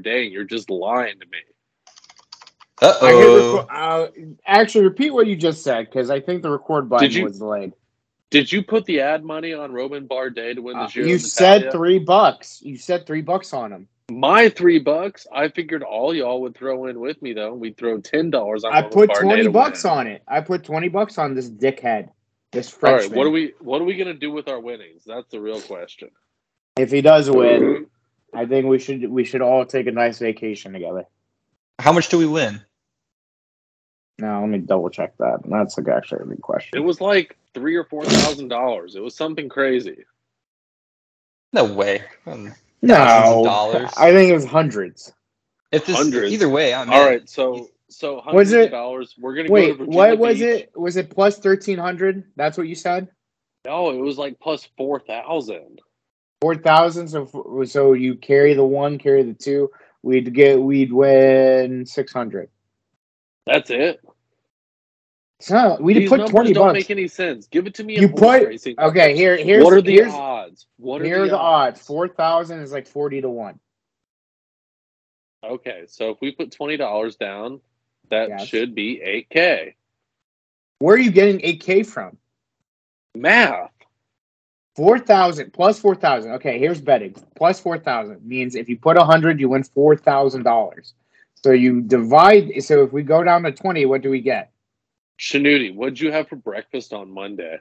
Dang, you're just lying to me. Uh I hit oh. record, uh, actually, repeat what you just said because I think the record button Did you- was delayed. Did you put the ad money on Roman Bardet to win the Uh, Giro? you d'Italia? said three bucks. You said three bucks on him. My three bucks. I figured all y'all would throw in with me though. We'd throw ten dollars. I put twenty bucks on it. I put twenty bucks on this dickhead, this All right, Frenchman. what are we? What are we gonna do with our winnings? That's the real question. If he does win, Mm-hmm. I think we should we should all take a nice vacation together. How much do we win? Now let me double check that. That's like actually a good It question. was like three or four thousand dollars. It was something crazy. No way. Um, thousands of No, dollars. I think it was hundreds. If this Hundreds. either way, I'm All in. right, so so Was hundreds of it- dollars. We're gonna go Wait, to Virginia what was Beach. it? Was it plus thirteen hundred? That's what you said. No, it was like plus four thousand. Four thousand. So so you carry the one, carry the two. We'd get we'd win six hundred. That's it. So we'd These put numbers twenty don't bucks. make any sense. Give it to me. You in horse put- racing. okay, here here's what are the here's, odds? What are here the, are the odds? odds. Four thousand is like forty to one. Okay, so if we put twenty dollars down, that Yes. should be eight k. Where are you getting eight K from? Math. Four thousand plus four thousand. Okay, here's betting. Plus four thousand means if you put a hundred, you win four thousand dollars. So you divide. So if we go down to twenty, what do we get? Shanuti, what'd you have for breakfast on Monday?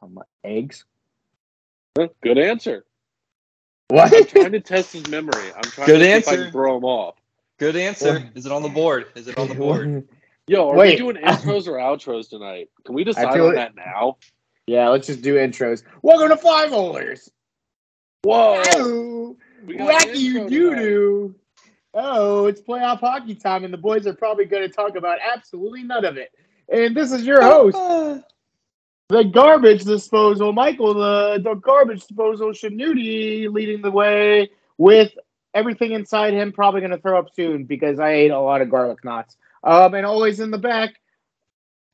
Some eggs. Huh, Good answer. I'm What? trying to test his memory. I'm trying Good to see if I answer. can throw him off. Good answer. Is it on the board? Is it on the board? Yo, are we Wait. doing intros or outros tonight? Can we decide feel on it- that now? yeah, let's just do intros. Welcome to Five Holers. Whoa! Oh, We got an wacky intro doo tonight. doo. Oh, it's playoff hockey time, and the boys are probably going to talk about absolutely none of it. And this is your Oh, host, the garbage disposal, Michael, the, the garbage disposal, Shanuti leading the way with everything inside him. Probably going to throw up soon because I ate a lot of garlic knots. Um, and always in the back,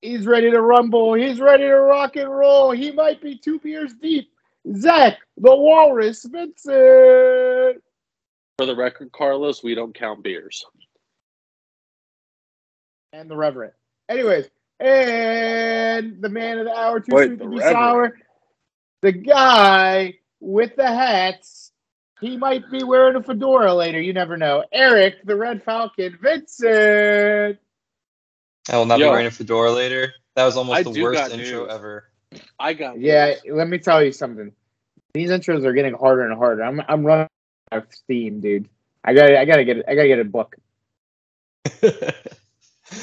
he's ready to rumble. He's ready to rock and roll. He might be two beers deep. Zach, the walrus, Vincent. For the record, Carlos, we don't count beers. and the Reverend. Anyways, and the man of the hour, too Wait, sweet the to be Reverend. sour, the guy with the hats. He might be wearing a fedora later. You never know. Eric, the Red Falcon, Vincent. I will not Yo. be wearing a fedora later. That was almost I the do worst got intro news. ever. I got Yeah, news. let me tell you something. These intros are getting harder and harder. I'm I'm running out of steam, dude. I got to I gotta get I gotta get a book.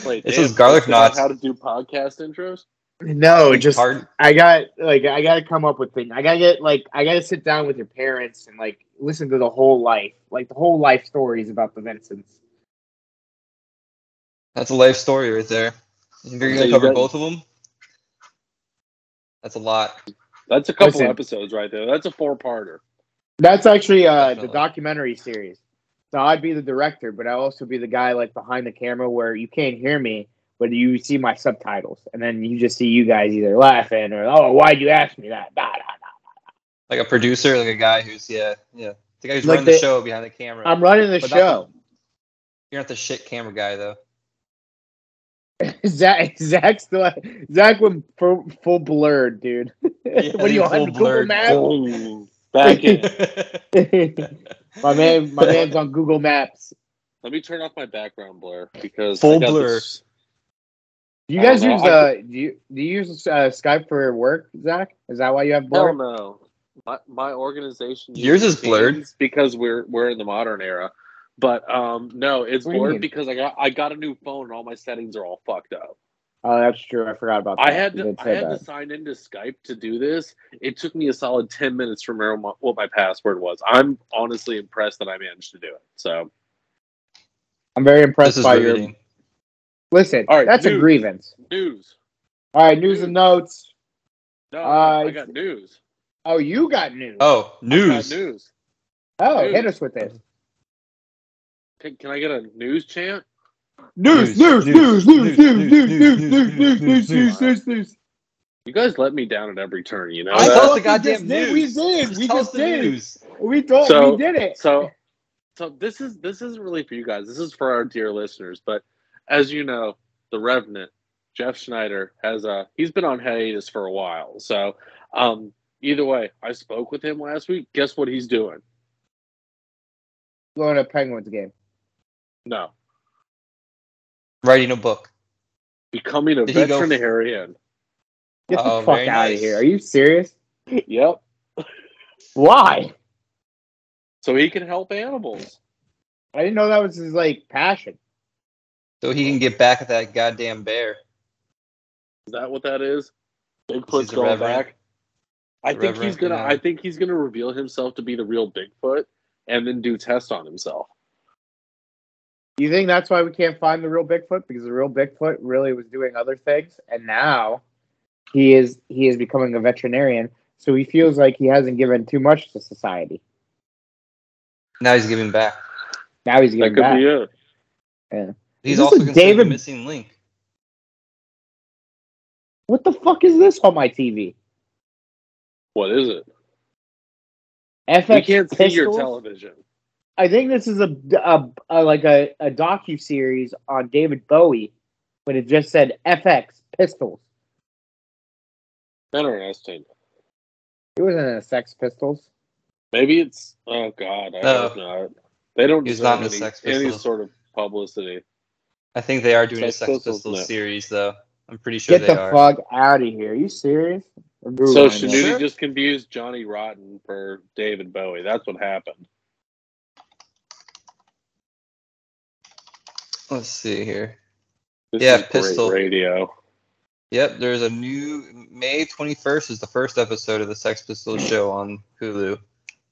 Wait, this damn, is garlic figured out knots. How to do podcast intros? No, just Hard- I got like I gotta come up with things. I gotta get like I gotta sit down with your parents and like listen to the whole life, like the whole life stories about the Vincents. That's a life story right there. So You're gonna you cover got- both of them. That's a lot. That's a couple Listen. episodes right there. That's a four-parter. That's actually uh, the Definitely. documentary series. So I'd be the director, but I'll also be the guy like behind the camera where you can't hear me, but you see my subtitles, and then you just see you guys either laughing or oh, why'd you ask me that? Da, da, da. Like a producer, like a guy who's yeah, yeah, the guy who's Like running the, the- show behind the camera. I'm running the But that's show. You're not the shit camera guy though. Zach, Zach still Zach went full, full blurred, dude. what are you you're on full Google blurred. Maps? Oh, Back in. my man, my man's on Google Maps. Let me turn off my background blur because Full I got blur. this- Do you I guys don't know. use Oh, I uh, do you do you use uh, Skype for work, Zach? Is that why you have Hell blur? no. My, my organization. Yours uses is blurred. Teams because we're we're in the modern era. But um no, it's What do you blurred mean? because I got I got a new phone and all my settings are all fucked up. Oh, that's true. I forgot about that. I had You to, did I say had to that. sign into Skype to do this. It took me a solid ten minutes to remember my, what my password was. I'm honestly impressed that I managed to do it. So I'm very This impressed is by your. riveting. Listen, All right, that's a news. grievance. news. All right, news and notes. No, Uh, I got news. Oh, you got news. Oh, I news. got news. Oh, hit news. us with it. Can, can I get a news chant? News, news, News, news, news, news, news, news, news, news, news, news, news, news, news. You guys let me down at every turn. You know. I that? tell us thought the we goddamn just did- we news. did. We tell just us the did. news. We thought So- we did it. so so this is this isn't really for you guys this is for our dear listeners but as you know the revenant jeff schneider has uh he's been on hiatus for a while so um either way i spoke with him last week guess what he's doing Going to Penguins game. no Writing a book. becoming a Did he go- veterinarian Get Oh, the fuck out very of nice. here. Are you serious? yep Why? so he can help animals I didn't know that was his like passion. So he can get back at that goddamn bear. is that what that is He's bigfoot's the going Reverend. back i The think he's Reverend, gonna yeah. i think he's gonna reveal himself to be the real bigfoot and then do tests on himself You think that's why we can't find the real Bigfoot? Because the real Bigfoot really was doing other things, and now he is he is becoming a veterinarian. So he feels like he hasn't given too much to society. Now he's giving back. Now he's that giving could back. be it He's this also a considered David- the missing link. What the fuck is this on my TV? what is it FX We can't see your Pistols? television. I think this is a, a, a like a, a docu series on David Bowie, but it just said FX Pistols. Interesting. It wasn't a Sex Pistols. Maybe it's. Oh God, I No. hope not. They don't He's deserve not in the any, Sex any Pistols. sort of publicity. I think they are doing Sex a Sex Pistols, Pistols no. series, though. I'm pretty sure Get they the are. fuck out of here. Are you serious? I'm so Googling Shanute- Shanuti this. Sure. just confused Johnny Rotten for David Bowie. That's what happened. Let's see here. This Yeah, is pistol. great radio. Yep, there's a new May 21st is the first episode of the Sex Pistols show on Hulu.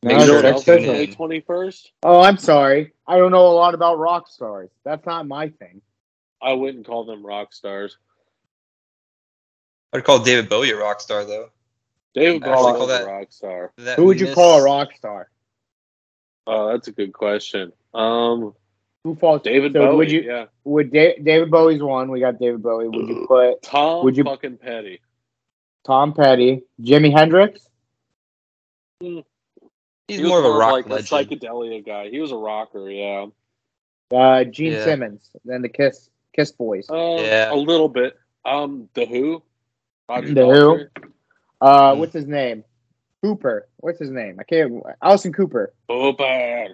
Make No, you know sure what to else Sex Pistols. tune is May in. twenty first? Oh, I'm sorry. I don't know a lot about rock stars. That's not my thing. I wouldn't call them rock stars. I'd call David Bowie a rock star, though. David Actually, Bowie call was a that- rock star. That Who would you miss- call a rock star? Oh, that's a good question. Um, Who falls? David so Bowie. Would you? yeah, Would da- David Bowie's one? We got David Bowie. Would you put Tom. Would you- fucking Petty? Tom Petty, Jimi Hendrix? He's He was more of a rock like legend. a psychedelia guy. He was a rocker. Yeah. Uh, Gene Yeah. Simmons, then the Kiss Kiss Boys. Uh, Yeah. a little bit. Um, the Who, Roger The Daltrey? Uh, Hmm. what's his name? Cooper. What's his name? I can't. Allison Cooper. Booper,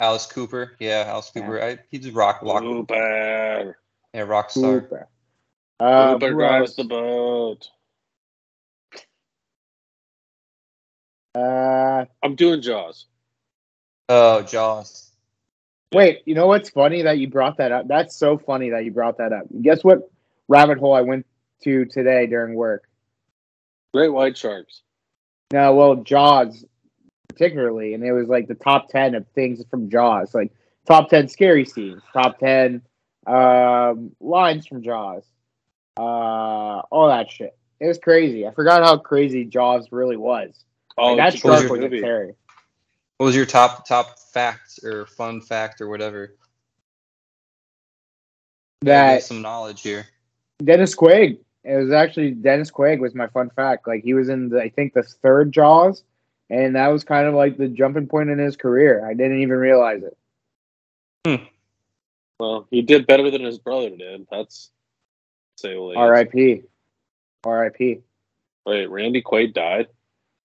Alice Cooper. Yeah, Alice Cooper. I, he's a rock, rock, Booper, yeah, rock star. Cooper. Uh, Booper who drives else? the boat. Uh, I'm doing Jaws. Oh, Jaws. wait. You know what's funny that you brought that up? That's so funny that you brought that up. Guess what rabbit hole I went to today during work? Great White Sharks. No, well, Jaws, particularly, and it was like the top ten of things from Jaws, like top ten scary scenes, top ten um, lines from Jaws, uh, all that shit. It was crazy. I forgot how crazy Jaws really was. Oh, like, that it's a great shark was a movie. terror. What was your top top fact or fun fact or whatever? Give us That some knowledge here. Dennis Quaid. It was actually Dennis Quaid was my fun fact. Like he was in, the, I think, the third Jaws, and that was kind of like the jumping point in his career. I didn't even realize it. Well, he did better than his brother did. That's say the least. R.I.P. R.I.P. Wait, Randy Quaid died.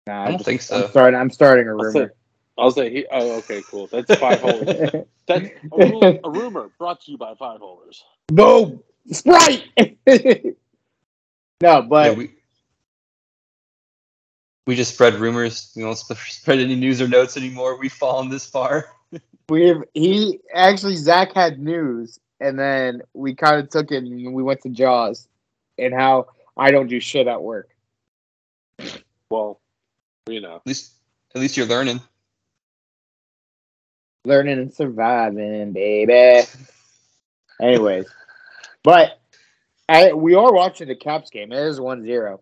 Nah, I don't think I'm so. starting. I'm starting a I'll say, rumor. I'll say he. Oh, okay, cool. That's five holers. That's a, ru- a rumor brought to you by five holers. no sprite. no, Yeah, but we, we just spread rumors. We don't sp- spread any news or notes anymore. We've fallen this far. we've he actually Zach had news, and then we kind of took it and we went to Jaws. and how I don't do shit at work. Well, you know, least at least you're learning. Learning and surviving, baby. Anyways, but I, we are watching the Caps game. It is 1 0.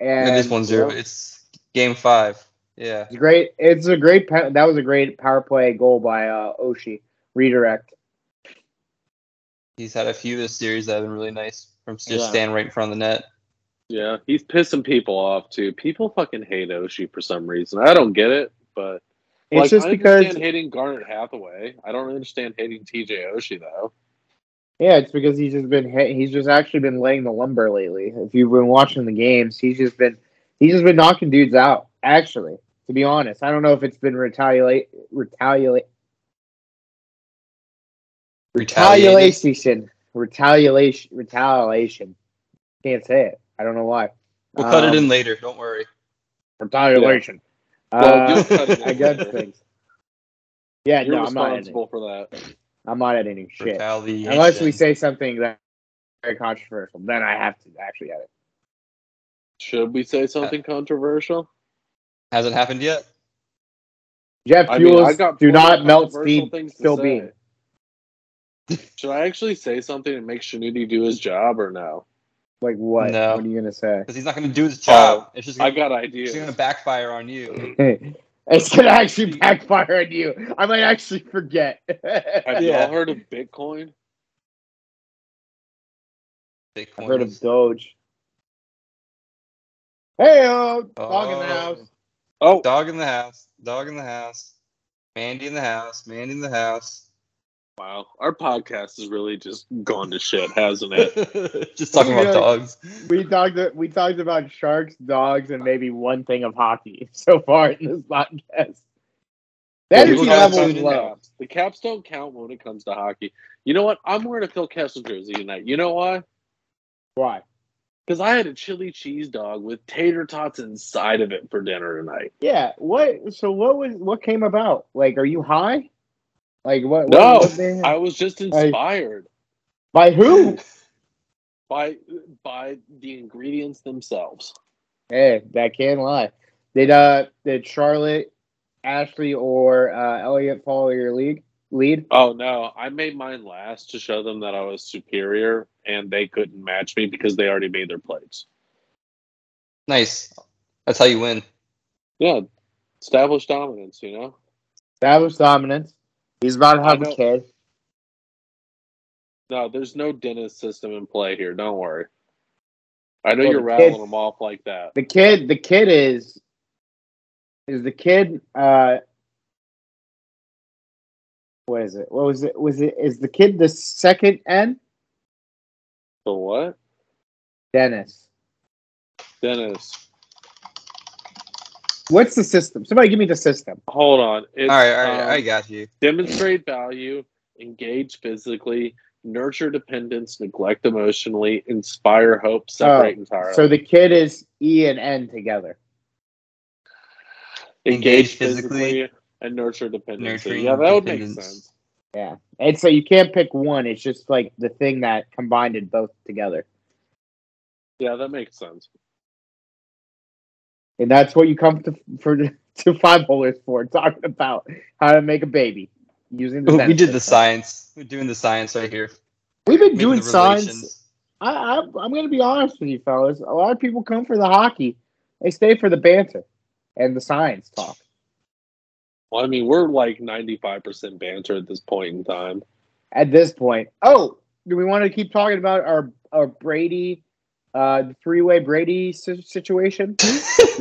And this one's zero. It's game five. Yeah. uh, It's great. It's a great. pa- That was a great power play goal by uh, Oshi. Redirect. He's had a few this series that have been really nice from just Yeah. standing right in front of the net. yeah, he's pissing people off too. People fucking hate Oshie for some reason. I don't get it, but It's like, just I because. understand hating Garnet Hathaway. I don't understand hating TJ Oshie though. Yeah, it's because he's just been hit. He's just actually been laying the lumber lately. If you've been watching the games, he's just been he's just been knocking dudes out. Actually, to be honest, I don't know if it's been retaliate retaliate Retaliated. retaliation retaliation retaliation. Can't say it. I don't know why. We'll cut it Um, in later. Don't worry. retaliation. Well, Uh, you'll cut it in I guess later. things. Yeah, You're no, I'm not editing. responsible for that. I'm not editing shit. Retaliation. Unless we say something that's very controversial, then I have to actually edit. Should we say Uh, something controversial? hasn't happened yet. Jet I mean, fuels I got do plenty not of melt controversial steam things to still say. being. Should I actually say something and make Shanuti do his job or no? Like what? No. What are you gonna say? Because he's not going to do his job. it's just Oh, I going got to ideas. backfire on you. it's gonna actually backfire on you. I might actually forget. Have I've Yeah. y'all heard of Bitcoin? Bitcoin. heard of Doge. Hey, dog in the Oh. house. Oh, Dog in the house. Dog in the house. Mandy in the house. Mandy in the house. wow. Our podcast has really just gone to shit, hasn't it? just talking about dogs. We talked. We talked about sharks, dogs, and maybe one thing of hockey so far in this podcast. Yeah, The energy people gotta level is tune in low. Caps. The caps don't count when it comes to hockey. You know what? I'm wearing a Phil Kessel jersey tonight. You know why? Why? Because I had a chili cheese dog with tater tots inside of it for dinner tonight. Yeah. What? So what was? What came about? Like, are you high? Like what? No, what, what they- I was just inspired by who? by by the ingredients themselves. hey, Eh, that can lie. Did uh did Charlotte, Ashley, or uh, Elliot follow your league lead? Oh no, I made mine last to show them that I was superior and they couldn't match me because they already made their plates. Nice. That's how you win. Yeah. Establish dominance, you know? That was dominance. He's about to I have a know. kid. No, there's no dentist system in play here. Don't worry. I know Well, you're the rattling kids- them off like that. The kid, the kid is, is the kid. uh What is it? What was it? Was it? Is the kid the second N? The what? Dennis. Dennis. What's the system? Somebody give me the system. Hold on. It's, all right, all right. um, I got you. demonstrate value, engage physically, nurture dependence, neglect emotionally, inspire Oh, hope, separate entirely. So the kid is E and N together. engage Engage physically, physically, and nurture dependence. nurturing Yeah, that would make dependence. sense. Yeah. And so you can't pick one. It's just like the thing that combined it both together. Yeah, that makes sense. And that's what you come to for to five bowlers for, talking about how to make a baby using the We Zen did the system. science. We're doing the science right here. We've been Making doing the signs. relations. I, I I'm gonna be honest with you fellas. A lot of people come for the hockey. They stay for the banter and the science talk. Well, I mean, we're like 95% banter at this point in time. At this point. Oh, do we want to keep talking about our our Brady uh three way Brady si- situation?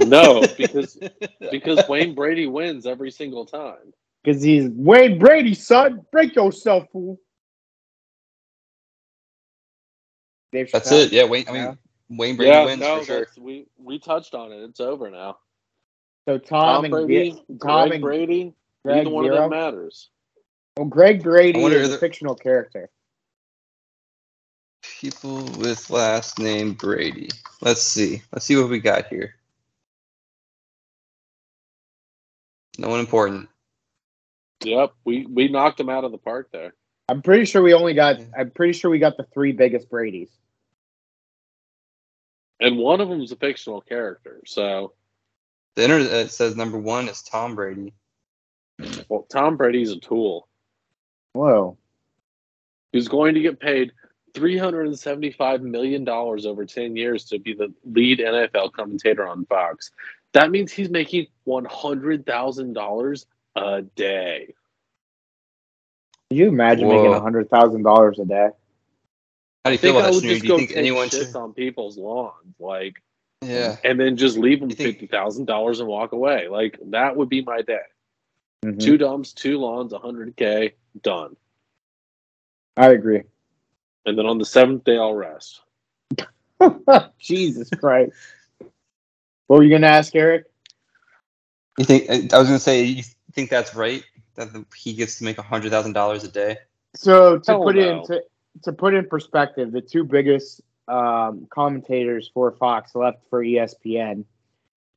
No, because because Wayne Brady wins every single time. Because he's Wayne Brady, son. Break yourself, fool. Dave That's Chappelle. it. Yeah, Wayne. I mean, Yeah. Wayne Brady yeah, wins no, for sure. that's- we we touched on it. It's over now. So Tom, Tom, and Brady, Ge- Greg Tom and Brady, Greg neither one of them Zero. matters. Well, Greg Brady I wonder is if a there- fictional character. People with last name Brady. Let's see. Let's see what we got here. No one important. Yep, we we knocked him out of the park there. I'm pretty sure we only got. Yeah. I'm pretty sure we got the three biggest Bradys. and one of them is a fictional character. So, The internet uh, says number one is Tom Brady. well, Tom Brady's a tool. Whoa. He's going to get paid three hundred and seventy-five million dollars over ten years to be the lead NFL commentator on Fox. That means he's making one hundred thousand dollars a day. Can you imagine Whoa. making a hundred thousand dollars a day? How do you I think feel I about that, would Snoop? just Do you go think take anyone shits should? on people's lawns, like, Yeah. and then just leave them You think- fifty thousand dollars and walk away. Like that would be my day. Mm-hmm. Mhm. Two dumps, two lawns, hundred k, done. I agree. And then on the seventh day, I'll rest. Jesus Christ. What were you gonna ask, Eric? You think? I was gonna say, you think that's right that the, he gets to make hundred thousand dollars a day? So to Hell put no. in to, to put in perspective, the two biggest um, commentators for Fox left for E ESPN,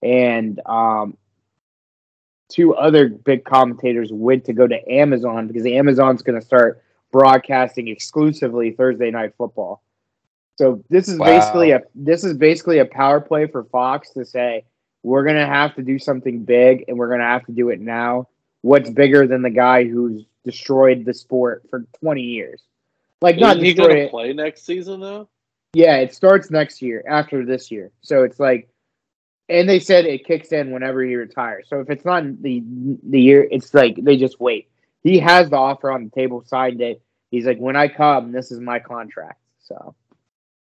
and um, two other big commentators went to go to Amazon because Amazon's going to start broadcasting exclusively Thursday night football. So this is Wow. basically a this is basically a power play for Fox to say we're going to have to do something big and we're going to have to do it now what's bigger than the guy who's destroyed the sport for 20 years. Like not Isn't he destroyed going to it. play next season though? Yeah, it starts next year after this year. So it's like and they said it kicks in whenever he retires. So if it's not the the year, it's like they just wait. He has the offer on the table, signed it. He's like, when I come, this is my contract. So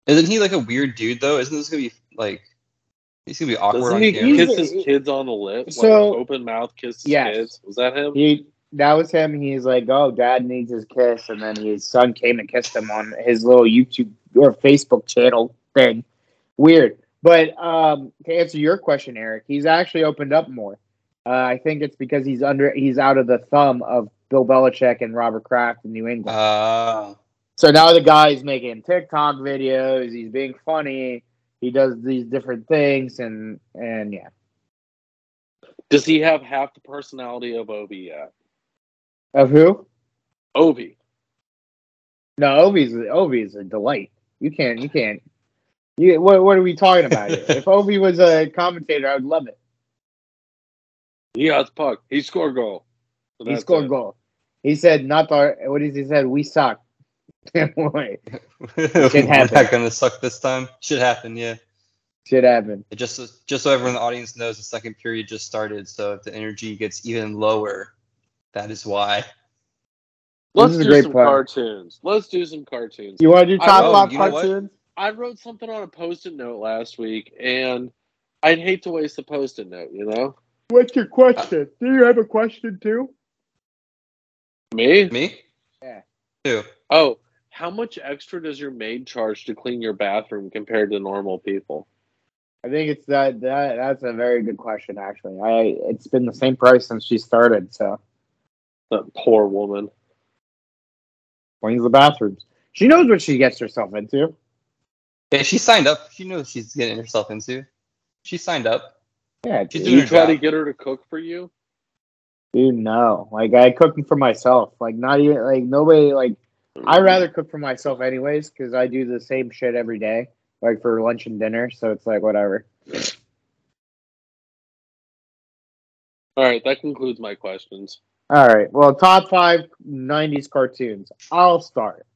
Isn't he like a weird dude though? Isn't this gonna be like? He's gonna be awkward Doesn't on he camera. kiss his kids on the lips? So- like, open mouth kiss his Yes. kids. Was that him? he that was him. He's like, oh, dad needs his kiss, and then his son came and kissed him on his little YouTube or Facebook channel thing. Weird, but um, to answer your question, Eric, he's actually opened up more. Uh, I think it's because he's under he's out of the thumb of Bill Belichick and Robert Kraft in New England. Ah. So now the guy's making TikTok videos. He's being funny. He does these different things, and and yeah, Does he have half the personality of Obi yet? of who? Obi. No, Ovi's Ovi's a delight. You can't, you can't. You, what what are we talking about? here? if Ovi was a commentator, I would love it. He has puck. He scored goal. So He that's scored it. goal. He said, "Not our." What is he said? We suck. Boy, We're happen. not gonna suck this time. Should happen, yeah. Shit happened. It just just so everyone in the audience knows, the second period just started. So if the energy gets even lower, that is why. Let's is a do great some plan. cartoons. Let's do some cartoons. You want to do I- top oh, five you know what? cartoons? I wrote something on a post-it note last week, and I'd hate to waste the post-it note. You know, What's your question? Do you have a question too? me. Me? Yeah. Too. Oh, how much extra does your maid charge to clean your bathroom compared to normal people? I think it's that, that. That's a very good question. Actually, I it's been the same price since she started. So That poor woman. cleans the bathrooms. She knows what she gets herself into. Yeah, she signed up. She knows she's getting herself into. She signed up. Yeah, She's dude. Did you her try to job. get her to cook for you? Dude, no. Like I cook for myself. Like not even like nobody like I rather cook for myself anyways because I do the same shit every day, like for lunch and dinner. So it's like whatever. All right, that concludes my questions. All right. Well, top five '90s cartoons. I'll start.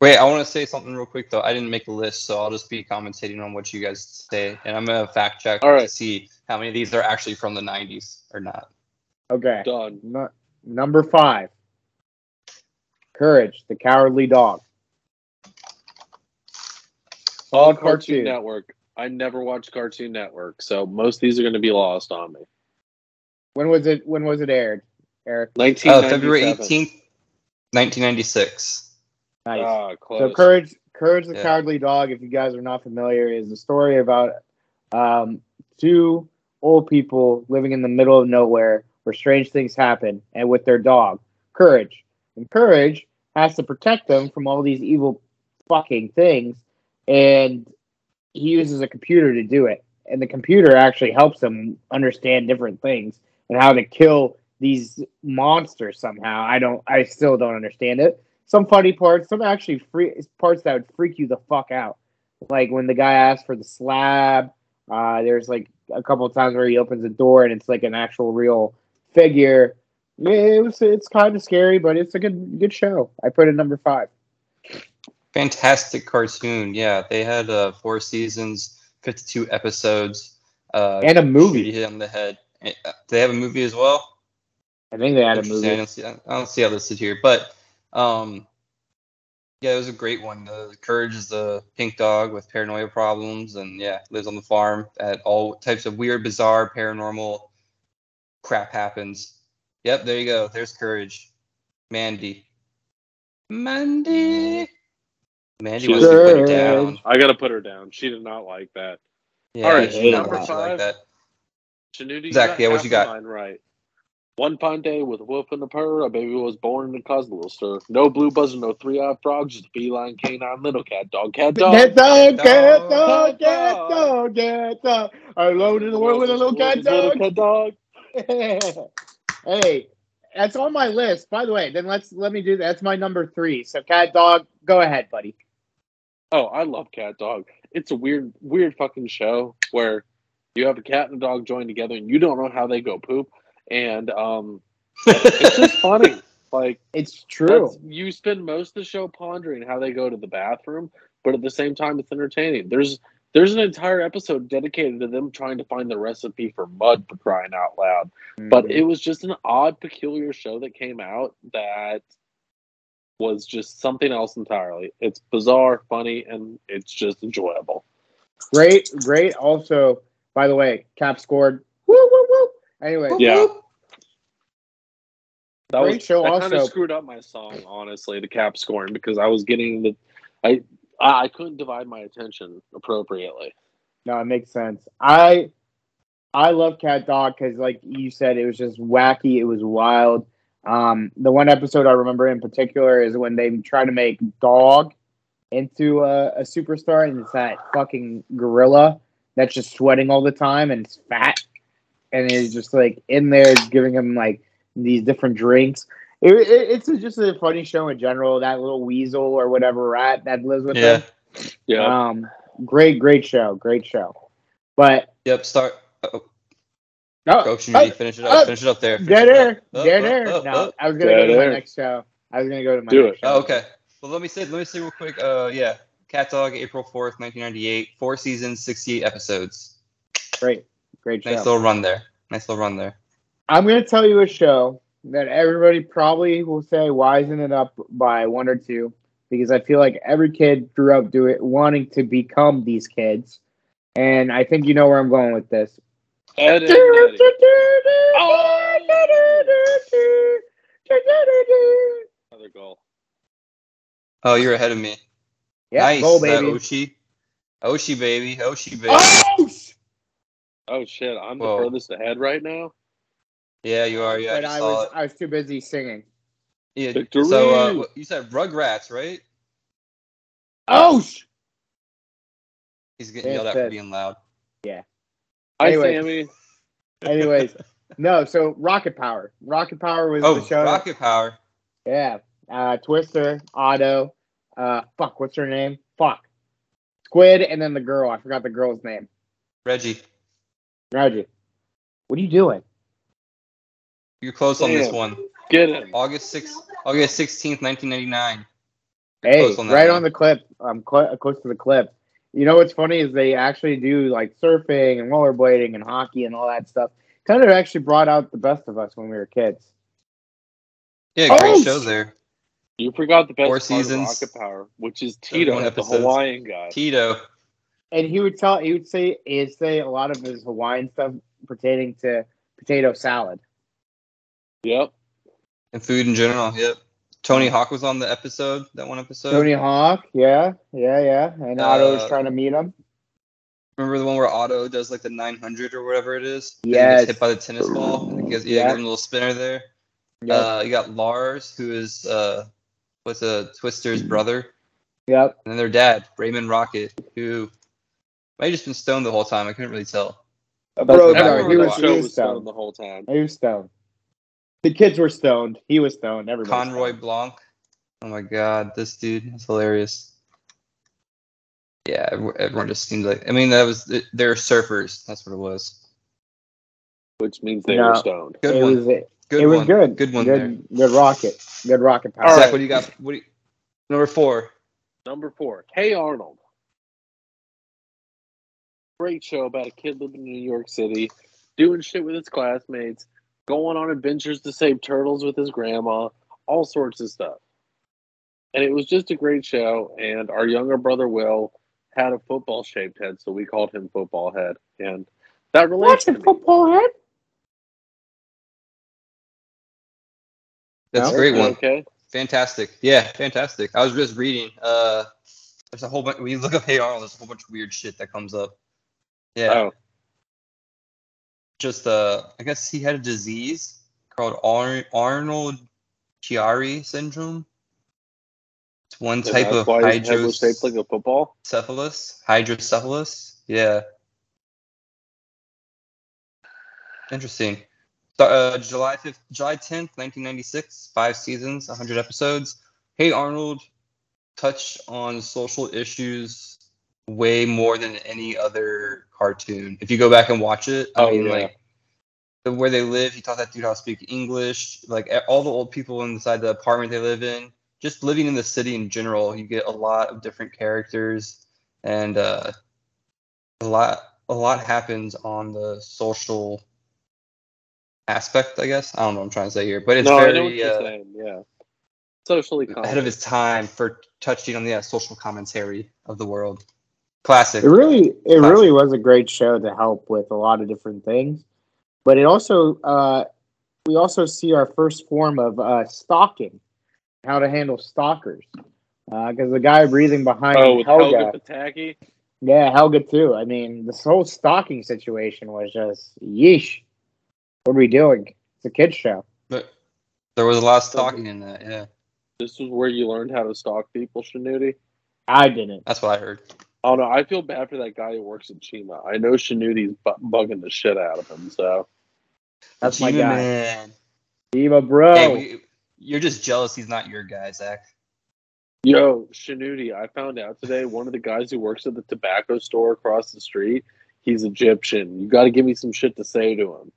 Wait, I want to say something real quick though. I didn't make a list, so I'll just be commentating on what you guys say, and I'm gonna fact check All right. to see how many of these are actually from the '90s or not. Okay. Done. Nu- number five. Courage, the Cowardly Dog. All All Cartoon cartoon. Network. I never watched Cartoon Network, so most of these are going to be lost on me. When was it? When was it aired? Eric. Uh, February 1997. 18th, 1996. Nice. Ah, close. So courage, courage, the Yeah. cowardly dog. If you guys are not familiar, is the story about um, two old people living in the middle of nowhere where strange things happen, and with their dog, Courage. And Courage has to protect them from all these evil fucking things, and he uses a computer to do it. And the computer actually helps him understand different things and how to kill these monsters somehow. I don't. I still don't understand it some funny parts, some actually free parts that would freak you the fuck out. like when the guy asks for the slab. Uh, there's like a couple of times where he opens a door and it's like an actual real figure. Yeah, It was it's kind of scary, but it's a good good show. I put it number five. Fantastic cartoon. Yeah, they had uh, four seasons, 52 episodes. Uh, And a You movie. hit on the head. Uh, They have a movie as well. I think they had a Interesting. I movie. don't see, I don't see how this is here, but um, yeah, it was a great one. The Courage is the pink dog with paranoia problems, and yeah, lives on the farm. At all types of weird, bizarre, paranormal crap happens. Yep, there you go. There's Courage. Mandy. Mandy. Mandy She was put was- down. I gotta put her down. She did not like that. Yeah, All right, she did not number want you five. Like that. Chanuti, Zach, yeah, what you got? Mine right. One pine day with a whoop and a purr, a baby was born and caused a little stir. No blue buzzer, no three-eyed frog, just a feline, canine, little cat, dog, cat, dog. Cat dog, cat Dog, dog, cat dog, cat dog. I loaded in the world with a little cat Little dog. cat dog. hey, that's on my list. By the way, then let's let me do that. That's my number three. So cat dog, go ahead, buddy. Oh, I love Cat Dog. It's a weird, weird fucking show where you have a cat and a dog joined together, and you don't know how they go poop, and um, it's just funny. Like It's true. that's- you spend most of the show pondering how they go to the bathroom, but at the same time, it's entertaining. There's there's an entire episode dedicated to them trying to find the recipe for mud for crying out loud. Mm-hmm. But it was just an odd, peculiar show that came out that was just something else entirely. It's bizarre, funny, and it's just enjoyable. great, great. Also, by the way, Cap scored. Woo, woo, woo. Anyway, Yeah. That Great was show that kind of also. screwed up my song, honestly, the cap scoring because I was getting the I I I couldn't divide my attention appropriately. No, it makes sense. I I love Cat Dog because, like you said, it was just wacky. It was wild. Um, the one episode I remember in particular is when they try to make Dog into a, a superstar, and it's that fucking gorilla that's just sweating all the time and it's fat, and it's just like in there giving him like these different drinks. It, it, it's just a funny show in general. That little weasel or whatever rat that lives with Yeah. him. Yeah. Um, great, great show, great show. But Yep. Start. Oh, no, go, Shinobi, oh, finish it up. uh, finish it up there. finish dead it up. air, Oh, dead oh, air. oh, No, oh. I was gonna Dead go to my air. next show. I was gonna go to my Do next it. show. Oh, okay. Well, let me say, let me say real quick. Uh, yeah, Cat Dog, April fourth, nineteen ninety eight, four seasons, sixty eight episodes. Great, great show. Nice little run there. Nice little run there. I'm gonna tell you a show that everybody probably will say, "Why isn't it up by one or two? Because I feel like every kid grew up do it wanting to become these kids, and I think you know where I'm going with this. Oh! Ed, Ed, and Eddie. Another goal. Oh, you're ahead of me. Yeah, nice, go Is that baby. Oshi. Oshi baby, Oshi baby. Oh, sh- Oh shit, I'm Whoa. the furthest ahead right now. Yeah, you are. Yeah, I but just I saw was I was too busy singing. it. Yeah. Victory! So uh, what- you said Rugrats, right? Oh, sh- He's getting Yeah, yelled it out for said- being loud. Hi Anyway. Sammy. anyways, no. So Rocket Power, Rocket Power was Oh, the show. Rocket Power. Yeah, uh, Twister, Otto, uh, fuck, what's her name? Fuck, Squid, and then the girl. I forgot the girl's name. Reggie, Reggie, what are you doing? you're close on this Damn. one. Get him. August sixth, August sixteenth, nineteen ninety nine. Hey, on that right one. on the clip. I'm cl- close to the clip. You know what's funny is they actually do like surfing and rollerblading and hockey and all that stuff. Kind of actually brought out the best of us when we were kids. Yeah, great Oh, show sh- there. You forgot the best Four part seasons. of Rocket Power, which is One Tito, the episode. Hawaiian guy. Tito. and he would tell he would say he'd say a lot of his Hawaiian stuff pertaining to potato salad. Yep. and food in general. Yep. Tony Hawk was on the episode, that one episode. Tony Hawk, yeah, yeah, yeah, and Otto was Uh, trying to meet him. Remember the one where Otto does like the 900 or whatever it is? And he Yes. Gets hit by the tennis ball. And he gets, yeah, Yeah. give him a little spinner there. Yep, Uh, you got Lars, who is uh, what's a Twister's brother, yep. and then their dad, Raymond Rocket, who might have just been stoned the whole time. I couldn't really tell. Bro, the back no, Everyone of Oh, he the was, on he that show was was stoned stoned. the whole time. He was stoned. The kids were stoned. He was stoned. Everybody. was Conroy stoned. Blanc. Oh my God, this dude is hilarious. yeah, ev- everyone just seemed like. I mean, that was they're surfers. That's what it was. which means they No. were stoned. Good it one. was it. good it was one. good. Good one there. Good, good rocket. Good rocket power. All Zach, right. what do you got? What do you, number four? Number four, Hey Arnold. Great show about a kid living in New York City, doing shit with his classmates, going on adventures to save turtles with his grandma, all sorts of stuff. And it was just a great show. And our younger brother Will had a football shaped head, so we called him Football Head. And that relates to me. football head. That's No. a great one. Okay. Fantastic. Yeah, fantastic. I was just reading. Uh, there's a whole bunch. When you look up Hey Arnold, there's a whole bunch of weird shit that comes up. Yeah. Oh, Just uh, I guess he had a disease called Ar- Arnold Chiari syndrome. It's one and type that's of why his head was shaped like hydrocephalus. a football. Hydrocephalus. Yeah. Interesting. So, Uh, July 5th, July 10th, 1996, five seasons, 100 episodes. Hey Arnold touched on social issues way more than any other cartoon. If you go back and watch it, I Oh, mean, yeah. like, the, where they live, he taught that dude how to speak English. Like, e- all the old people inside the apartment they live in, just living in the city in general, you get a lot of different characters and uh, a lot. A lot happens on the social aspect, I guess. I don't know what I'm trying to say here, but it's no, I know what very you're uh, saying. Yeah. Socially ahead of conscious. his time for touching on the uh, social commentary of the world. Classic. It really, it Classic. really was a great show to help with a lot of different things, but it also, uh, we also see our first form of uh, stalking, how to handle stalkers, because the guy breathing behind Oh, with Helga, Helga Pataki. yeah, Helga too. I mean, this whole stalking situation was just yeesh. What are we doing? It's a kids show. But there was a lot of stalking in that. Yeah, This is where you learned how to stalk people, Shanuti. I didn't. that's what I heard. Oh no, I feel bad for that guy who works at Chima. I know Shanuti's bu- bugging the shit out of him. So That's my Gee, guy. Oh. Man. Diva, bro. Hey, we, you're just jealous he's not your guy, Zach. yo, Shanuti, I found out today one of the guys who works at the tobacco store across the street, he's Egyptian. You got to give me some shit to say to him.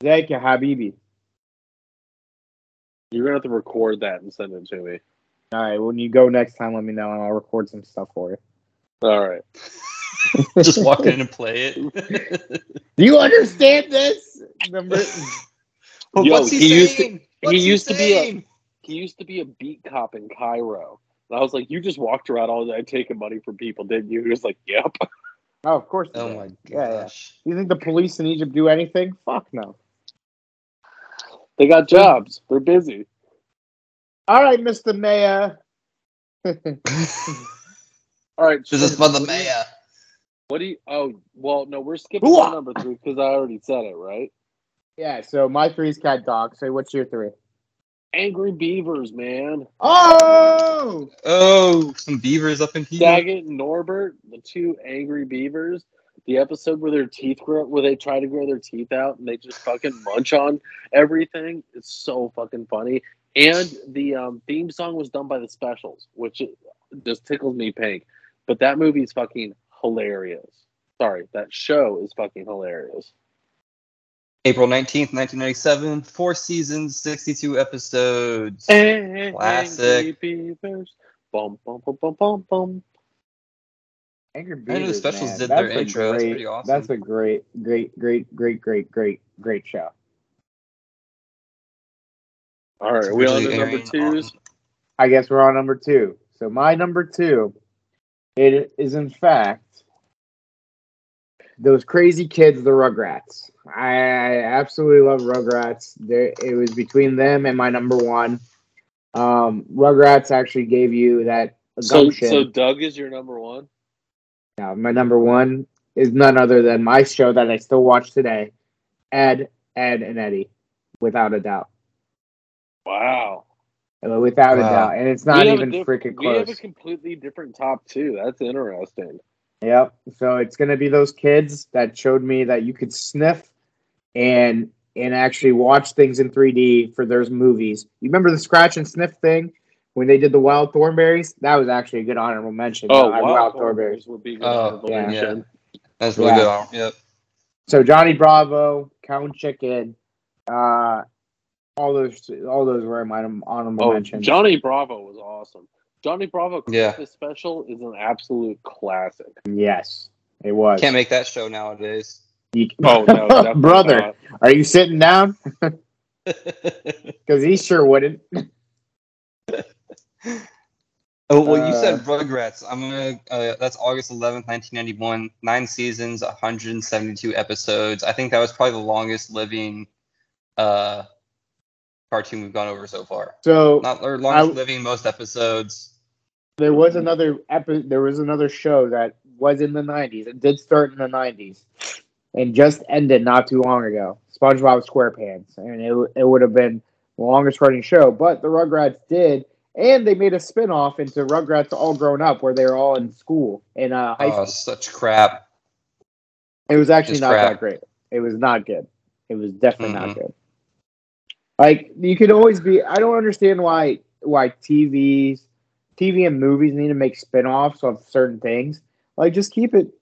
Thank you, Habibi. You're gonna have to record that and send it to me. All right, when you go next time, let me know and I'll record some stuff for you. All right. Just walk in and play it. Do you understand this? Number But Yo, what's he, he used to- saying? What's used to be a- saying? He used to be a beat cop in Cairo. And I was like, you just walked around all day taking money from people, didn't you? He was like, yep. Oh, of course. Oh it my is. Yeah, yeah. gosh. You think the police in Egypt do anything? Fuck no. They got jobs. They're busy. All right, Mr. Mayor. All right. this Shanuti, is for what the do you- mayor. What do you? Oh, well, no, we're skipping to Hoo-ah! number three because I already said it, right? Yeah, so my three's cat dog. So what's your three? Angry Beavers, man. Mm-hmm. Oh, Oh, some beavers up in here. Daggett and Norbert, the two Angry Beavers. The episode where their teeth grow, where they try to grow their teeth out and they just fucking munch on everything. It's so fucking funny. And the um, theme song was done by the Specials, which it just tickles me pink. But that movie's fucking hilarious. Sorry, that show is fucking hilarious. April 19th, 1997, four seasons, 62 episodes. Eh. Classic. Angry Beavers. Bum, bum, bum, bum, bum, bum. I Angry know the Beavers, specials man. did That's their a intro. That's great- pretty awesome. That's a great, great, great, great, great, great, great show. All right, are we on to Usually number airing on- twos? I guess we're on number two. So my number two, it is in fact those crazy kids, the Rugrats. I absolutely love Rugrats. There, it was between them and my number one. Um, Rugrats actually gave you that So, gumption. so Doug is your number one. Now, uh, my number one is none other than my show that I still watch today, Ed, Ed, and Eddie, without a doubt, Wow, without a Wow. doubt, and it's We not have a even diff- freaking We have close. a completely different top two. That's interesting. Yep. So it's gonna be those kids that showed me that you could sniff and and actually watch things in 3D for those movies. You remember the scratch and sniff thing when they did the wild thornberries. That was actually a good honorable mention. Oh, uh, wow. wild thornberries. would be good. Oh, honorable yeah. mention. That's really Yeah. good. Arm. Yep. So Johnny Bravo, Count Chicken, uh, all those all those were in my honorable Oh, mentions. Johnny Bravo was awesome. Johnny Bravo Yeah. Christmas special is an absolute classic. yes, it was. Can't make that show nowadays. You- Oh no, definitely brother, not. are you sitting down? oh Because he sure wouldn't. Oh, well, you Uh, said Rugrats. I'm gonna. Uh, that's August 11th, 1991. Nine seasons, 172 episodes. I think that was probably the longest living uh, cartoon we've gone over so far. So Not or longest I- living, most episodes. there was another epi- there was another show that was in the 90s it did start in the 90s and just ended not too long ago spongebob squarepants and it, it would have been the longest running show but the rugrats did and they made a spin-off into rugrats all grown up where they were all in school in uh, high Oh, school such crap. it was actually it's not crap. Mm-hmm. that great it was not good it was definitely not good like you could always be i don't understand why why tvs tv and movies need to make spin-offs of certain things like just keep it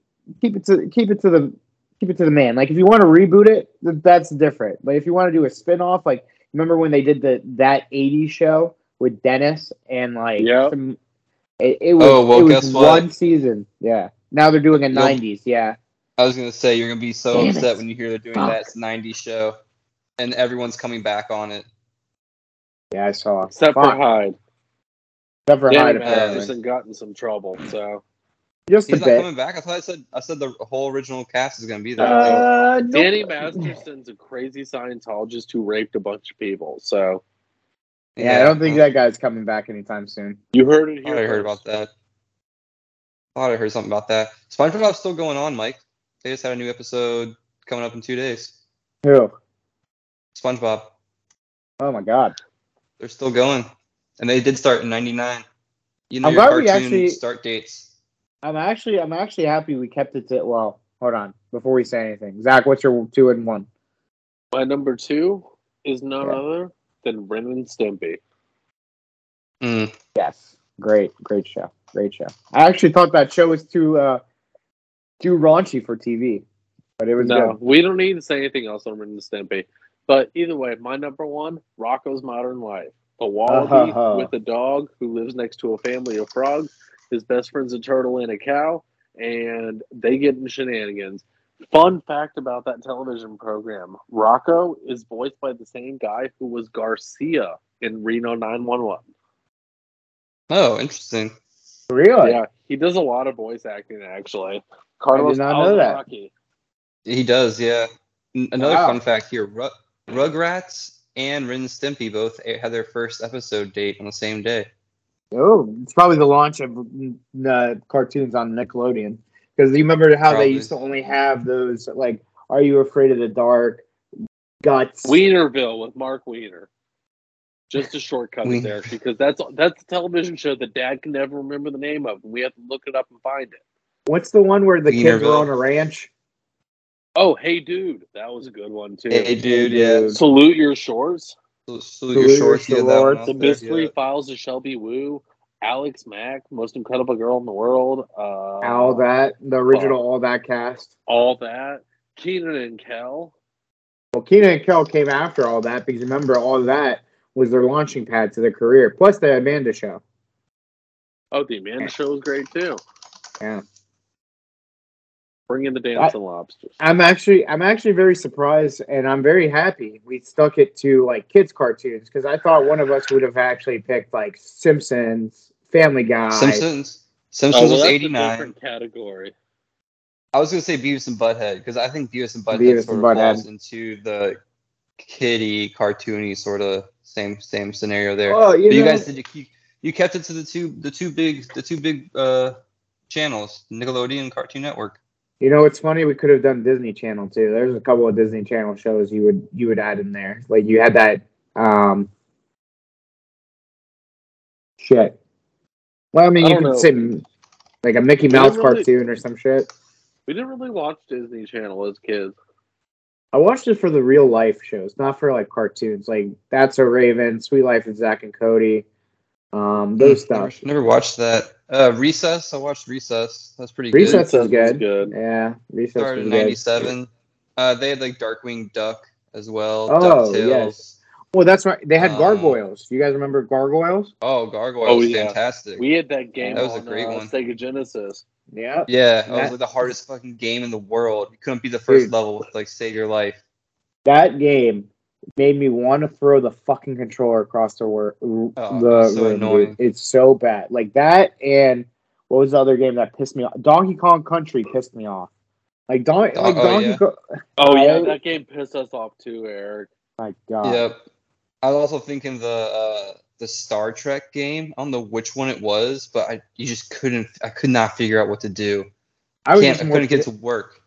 keep it to keep it to the keep it to the man like if you want to reboot it th- that's different but if you want to do a spin-off like remember when they did the that 80s show with dennis and like Yep. some, it, it was, Oh, well, it was guess what? one season yeah now they're doing a You'll- 90s yeah I was gonna say you're gonna be so Damn it. upset when you hear they're doing that 90 show, and everyone's coming back on it. yeah i saw Except for Fuck. Hyde. Except for Hyde, Danny apparently. Masterson got in some trouble. So just a He's not bit coming back. I thought I said I said the whole original cast is gonna be there. uh, nope. Danny Masterson's a crazy Scientologist who raped a bunch of people. So Yeah, I don't think that guy's coming back anytime soon. you heard it Oh, here. I thought I heard first. about that. Thought I heard something about that. SpongeBob's still going on, Mike. They just had a new episode coming up in two days. Who? SpongeBob, Oh my god. they're still going, and they did start in '99. You know I'm your glad we cartoon actually- start dates. I'm actually I'm actually happy we kept it to well, hold on, before we say anything. Zach, what's your two and one? My number two is none Yeah. other than Ren and Stimpy. Mm. Yes. Great, great show. Great show. I actually thought that show was too uh too raunchy for TV. But it was No, good. we don't need to say anything else on Ren and Stimpy. But either way, my number one, Rocco's Modern Life. The wallaby Uh-huh. with a dog who lives next to a family of frogs. His best friend's a turtle and a cow, and they get in shenanigans. Fun fact about that television program Rocco is voiced by the same guy who was Garcia in Reno 911. Oh, interesting. Really? Yeah, he does a lot of voice acting, actually. did Carlos not know that. Alzaraki. He does, yeah. N- Another Wow. fun fact here: Ru- Rugrats and Ren and Stimpy both a- had their first episode date on the same day. Oh, it's probably the launch of uh, cartoons on Nickelodeon. Because you remember how Probably. they used to only have those like, "Are you afraid of the dark?" Guts. Wienerville with Mark Wiener. Just a shortcut Wien- there because that's that's a television show that Dad can never remember the name of. And we have to look it up and find it. What's the one where the kids were Wienerville. on a ranch? Oh, hey dude, that was a good one too. Hey, dude, Hey, yeah. dude. Salute your shores. Salute, Salute your your shorts. yeah, that one shorts. out The there, Mystery yeah. Files of Shelby Woo, Alex Mack, most incredible girl in the world. Uh, All that the original Oh. All That cast. all that. Keenan and Kel. Well, Keenan and Kel came after all that because remember, all that was their launching pad to their career. Plus the Amanda Show. Oh, the Amanda Show was great too. Yeah. Bring in the dancing lobsters. I'm actually, I'm actually very surprised, and I'm very happy we stuck it to like kids cartoons because I thought one of us would have actually picked like Simpsons, Family Guy. Simpsons. Oh, well, Simpsons was that's a 89. different category. I was going to say Beavis and Butthead because I think Beavis and Butthead Beavis sort and of Butthead. falls into the kitty, cartoony sort of same same scenario there. Oh, you, but you know- guys did you, you you kept it to the two the two big the two big uh channels, Nickelodeon and Cartoon Network. You know, it's funny we could have done Disney Channel too. There's a couple of Disney Channel shows you would you would add in there. Like you had that um shit. Well, I mean, I you don't could know. say mm, like a Mickey Mouse really- cartoon or some shit. We didn't really watch Disney Channel as kids. I watched it for the real life shows, not for like cartoons. Like That's a Raven, Sweet Life of Zach and Cody, Um, those Never, stuff. Mm, never watched that. Uh, Recess. I watched Recess. That's pretty good. Recess is Recess is good. good. Yeah, Recess Started is in good. '97. Uh, they had like Darkwing Duck as well. Oh, DuckTales. yes. Well, that's right. They had Um, gargoyles. You guys remember gargoyles? Oh, Gargoyle Oh, was yeah. fantastic. We had that game That was on a great uh, one. Sega Genesis. Yeah. yeah, that was That- like the hardest fucking game in the world. You couldn't beat the first Dude. level with like save your life. That game made me want to throw the fucking controller across the, wor- r- Oh, so the room. dude. annoying. It's so bad. Like that and what was the other game that pissed me off? Donkey Kong Country pissed me off. Like, Don- Oh, like oh, Donkey yeah. Kong. Oh yeah, I- that game pissed us off too, Eric. My God. Yep. I was also thinking the uh, the Star Trek game. I don't know which one it was, but I you just couldn't. I could not figure out what to do. I was Can't- just I more couldn't get pissed- to work.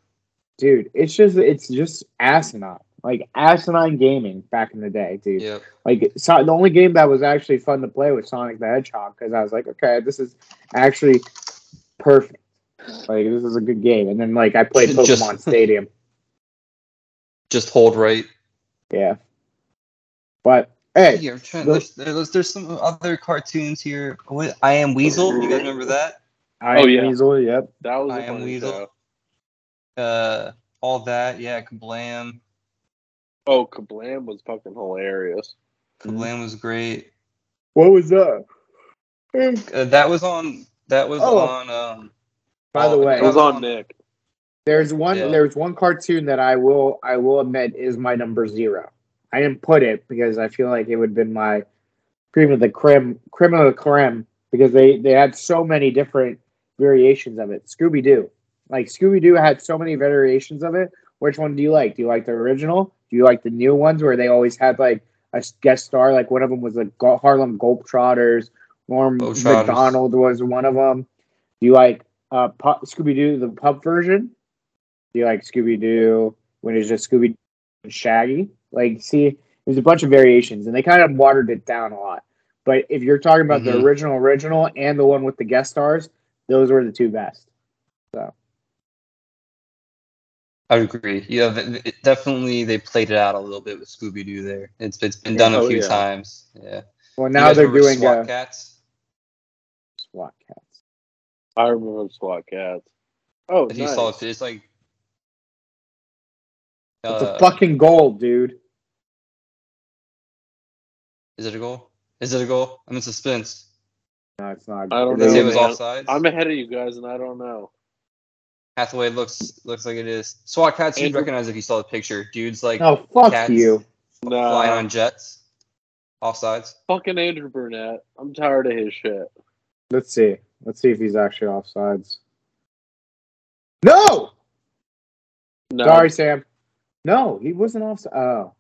dude. It's just it's just asinine, like asinine gaming back in the day, dude. Yep. Like so, the only game that was actually fun to play was Sonic the Hedgehog because I was like, okay, this is actually perfect. Like this is a good game, and then like I played Pokemon Just- Stadium, Just hold right. yeah. But hey, Here, I'm trying- the- there's, there's, there's some other cartoons here. What, I am Weasel. You guys remember that? I Oh, oh, yeah. yep. That was I a Am funny Weasel. show. Uh, all that. Yeah, Kablam. Oh, Kablam was fucking hilarious. Kablam was great. What was that? Mm, Uh, that was on. That was Oh. on. Um, By the Oh, way, It was on Um, Nick. There's one. Yeah. There's one cartoon that I will. I will admit is my number zero. I didn't put it because I feel like it would have been my cream of the creme, creme of the creme, because they they had so many different variations of it. Scooby Doo, like Scooby Doo had so many variations of it. Which one do you like? Do you like the original? Do you like the new ones where they always had like a s- guest star? Like one of them was the Go- Harlem Globetrotters. Norm Globetrotters. McDonald was one of them. Do you like uh, Scooby Doo the pub version? Do you like Scooby Doo when it's just Scooby and Shaggy? Like, see, there's a bunch of variations, and they kind of watered it down a lot. But if you're talking about Mhm. the original, original, and the one with the guest stars, those were the two best. I agree. Yeah, th- th- it- definitely they played it out a little bit with Scooby Doo there. It's it's been done Oh, a few yeah. times. Yeah. Well, You now guys they're remember doing SWAT SWAT, uh, cats. SWAT cats. I remember SWAT Cats. Oh, If nice. you saw it, it's like. It's uh, a fucking goal, dude. Is it a goal? Is it a goal? I'm in suspense. No, it's not. I don't Did they know, say it was man. offsides? I'm ahead of you guys, and I don't know. Hathaway looks looks like it is. SWAT cats. You'd Andrew- recognize if you saw the picture. Dudes like No, fuck cats you. No, flying on jets. Offsides. fucking Andrew Burnett. I'm tired of his shit. Let's see. Let's see if he's actually offsides. No. No. Sorry, Sam. No, he wasn't offside. Oh,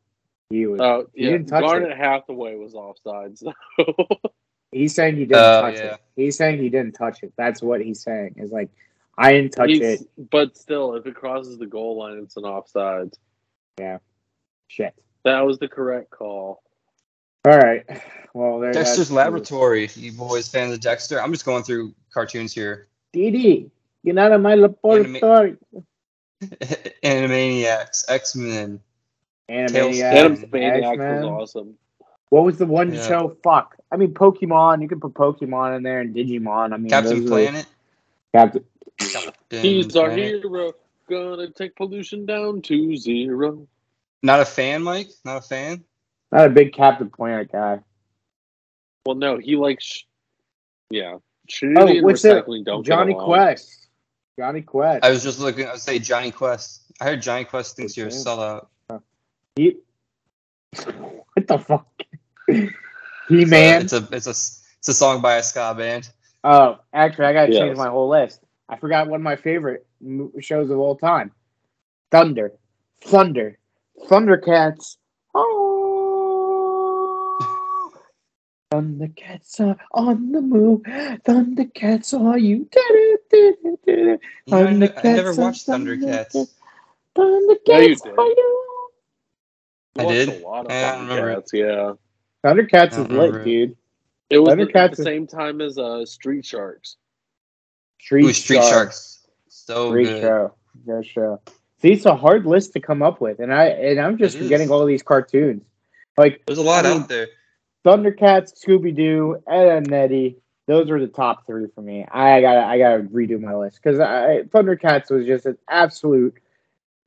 he was. Oh, He yeah. didn't touch Garnet Hathaway was offsides. He's saying he didn't Oh, touch yeah. it. He's saying he didn't touch it. That's what he's saying. Is like I didn't touch He's- it. But still, if it crosses the goal line, it's an offsides. Shit. That was the correct call. All right. Well, there, Dexter's that's- Laboratory. You boys fans of Dexter? I'm just going through cartoons here. DD, get out of my laboratory. Animaniacs, X Men, Animaniacs, Adam Adam's Spaniak X-Men. was awesome. What was the one Yeah. show? Fuck. I mean, Pokemon. You can put Pokemon in there and Digimon. I mean, Captain Mm, those are the- Planet. Captain. Captain He's Mm, our Planet. hero. Gonna take pollution down to zero. Not a fan, Mike. Not a fan. Not a big Captain Planet guy. Well, no, he likes. Sh- yeah. Oh, Trinity and what's that? recycling don't get Johnny along. Quest. Johnny Quest. I was just looking. I would say Johnny Quest. I heard Johnny Quest thinks you're a sellout. He- what the fuck? he man. It's a it's a it's a song by a ska band. Oh, actually, I gotta Yes. change my whole list. I forgot one of my favorite m- shows of all time: Thunder, Thunder, Thundercats. Oh, Thundercats are on the move. Thundercats are you? Da-da-da-da-da. You know, I, ne- I Thundercats never are watched Thundercats. No, you Thundercats did. are you? He I watched did? A lot of I don't remember it. Thundercats, yeah. Thundercats I don't is lit, remember. dude. It was the, at Thundercats the is- same time as uh, Street Sharks. Street, Ooh, Street Sharks. So Great good. show. Great show. See, it's a hard list to come up with, and I and I'm just It forgetting is. all these cartoons. Like There's a lot I mean- out there. Thundercats, Scooby Doo, Ed and Nettie. Those were the top three for me. I gotta I gotta redo my list because I Thundercats was just an absolute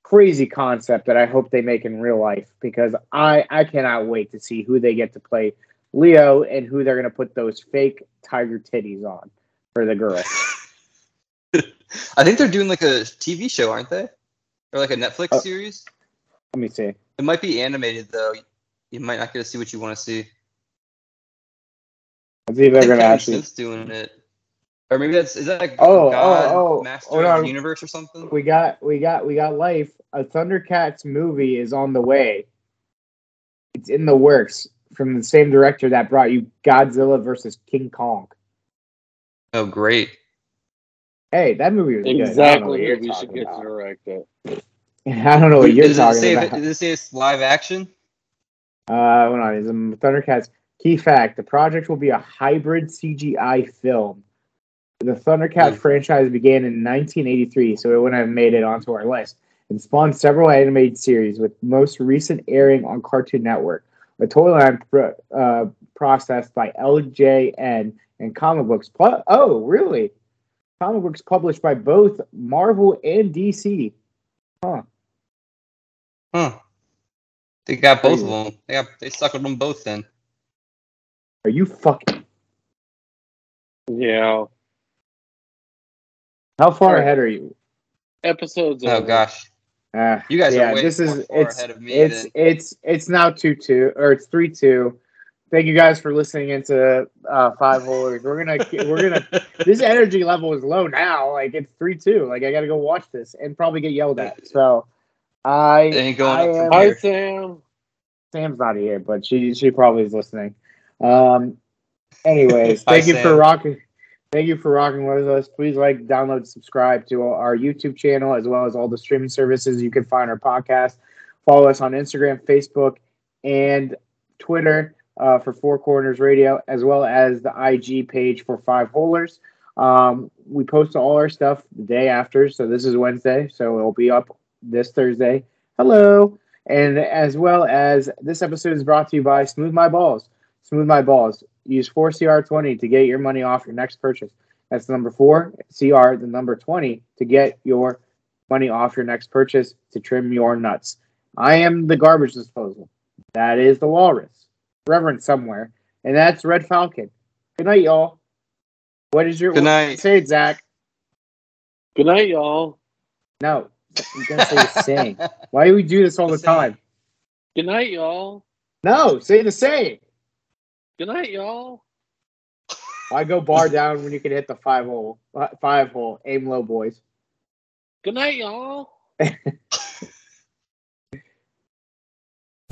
crazy concept that I hope they make in real life because I I cannot wait to see who they get to play Leo and who they're gonna put those fake tiger titties on for the girl. I think they're doing like a TV show, aren't they? Or like a Netflix Uh, series? Let me see. It might be animated though. You might not get to see what you want to see. Let's see if I they're think gonna Kevin actually. Smith's doing it. Or maybe that's is that like Oh, God oh, oh, Master hold of on. the Universe or something? We got we got we got life. A Thundercats movie is on the way. It's in the works from the same director that brought you Godzilla versus King Kong. Oh, great. Hey, that movie was Exactly. good. We should get to to direct it. I don't know what Oh, you're Does it say talking if about. it- does it say it's live action? Uh, hold on. Is um, Thundercats key fact? The project will be a hybrid CGI film. The Thundercat Hmm. franchise began in 1983, so it wouldn't have made it onto our list, and spawned several animated series, with most recent airing on Cartoon Network. A toy line pro- uh, processed by LJN and comic books. Pu- oh, really? Comic books published by both Marvel and DC. Huh. They got both of Crazy. them. They got they suckered them both then. Are you fucking? Yeah. How far Alright. ahead are you? Episodes. Oh over. gosh. Uh, You guys are yeah, way this more is far it's ahead of me it's than- it's it's now two two or it's three two. Thank you guys for listening into uh, five holders. We're gonna we're gonna this energy level is low now. Like it's three two. Like I gotta go watch this and probably get yelled at. So It I ain't going I up from am- Hi, here. Sam. Sam's not here, but she she probably is listening. Um. Anyways, Hi, thank you for Sam. rocking. Thank you for rocking with us. Please like, download, subscribe to our YouTube channel as well as all the streaming services you can find our podcast. Follow us on Instagram, Facebook, and Twitter uh, for Four Corners Radio, as well as the IG page for Five Holers. Um, we post all our stuff the day after, so this is Wednesday, so it'll be up this Thursday. Hello, and as well as this episode is brought to you by Smooth My Balls. Smooth My Balls. Use 4CR20 to get your money off your next purchase. That's the number 4, CR, the number 20 to get your money off your next purchase to trim your nuts. I am the garbage disposal. That is the walrus. Reverend somewhere. And that's Red Falcon. Good night, y'all. What is your Good night. Say it, Zach. Good night, y'all. No. You gotta say the saying. Why do we do this all the The saying. time? Good night, y'all. No, say the saying. Good night, y'all. Why go bar down when you can hit the five hole? uh, Five hole. Aim low, boys. Good night, y'all.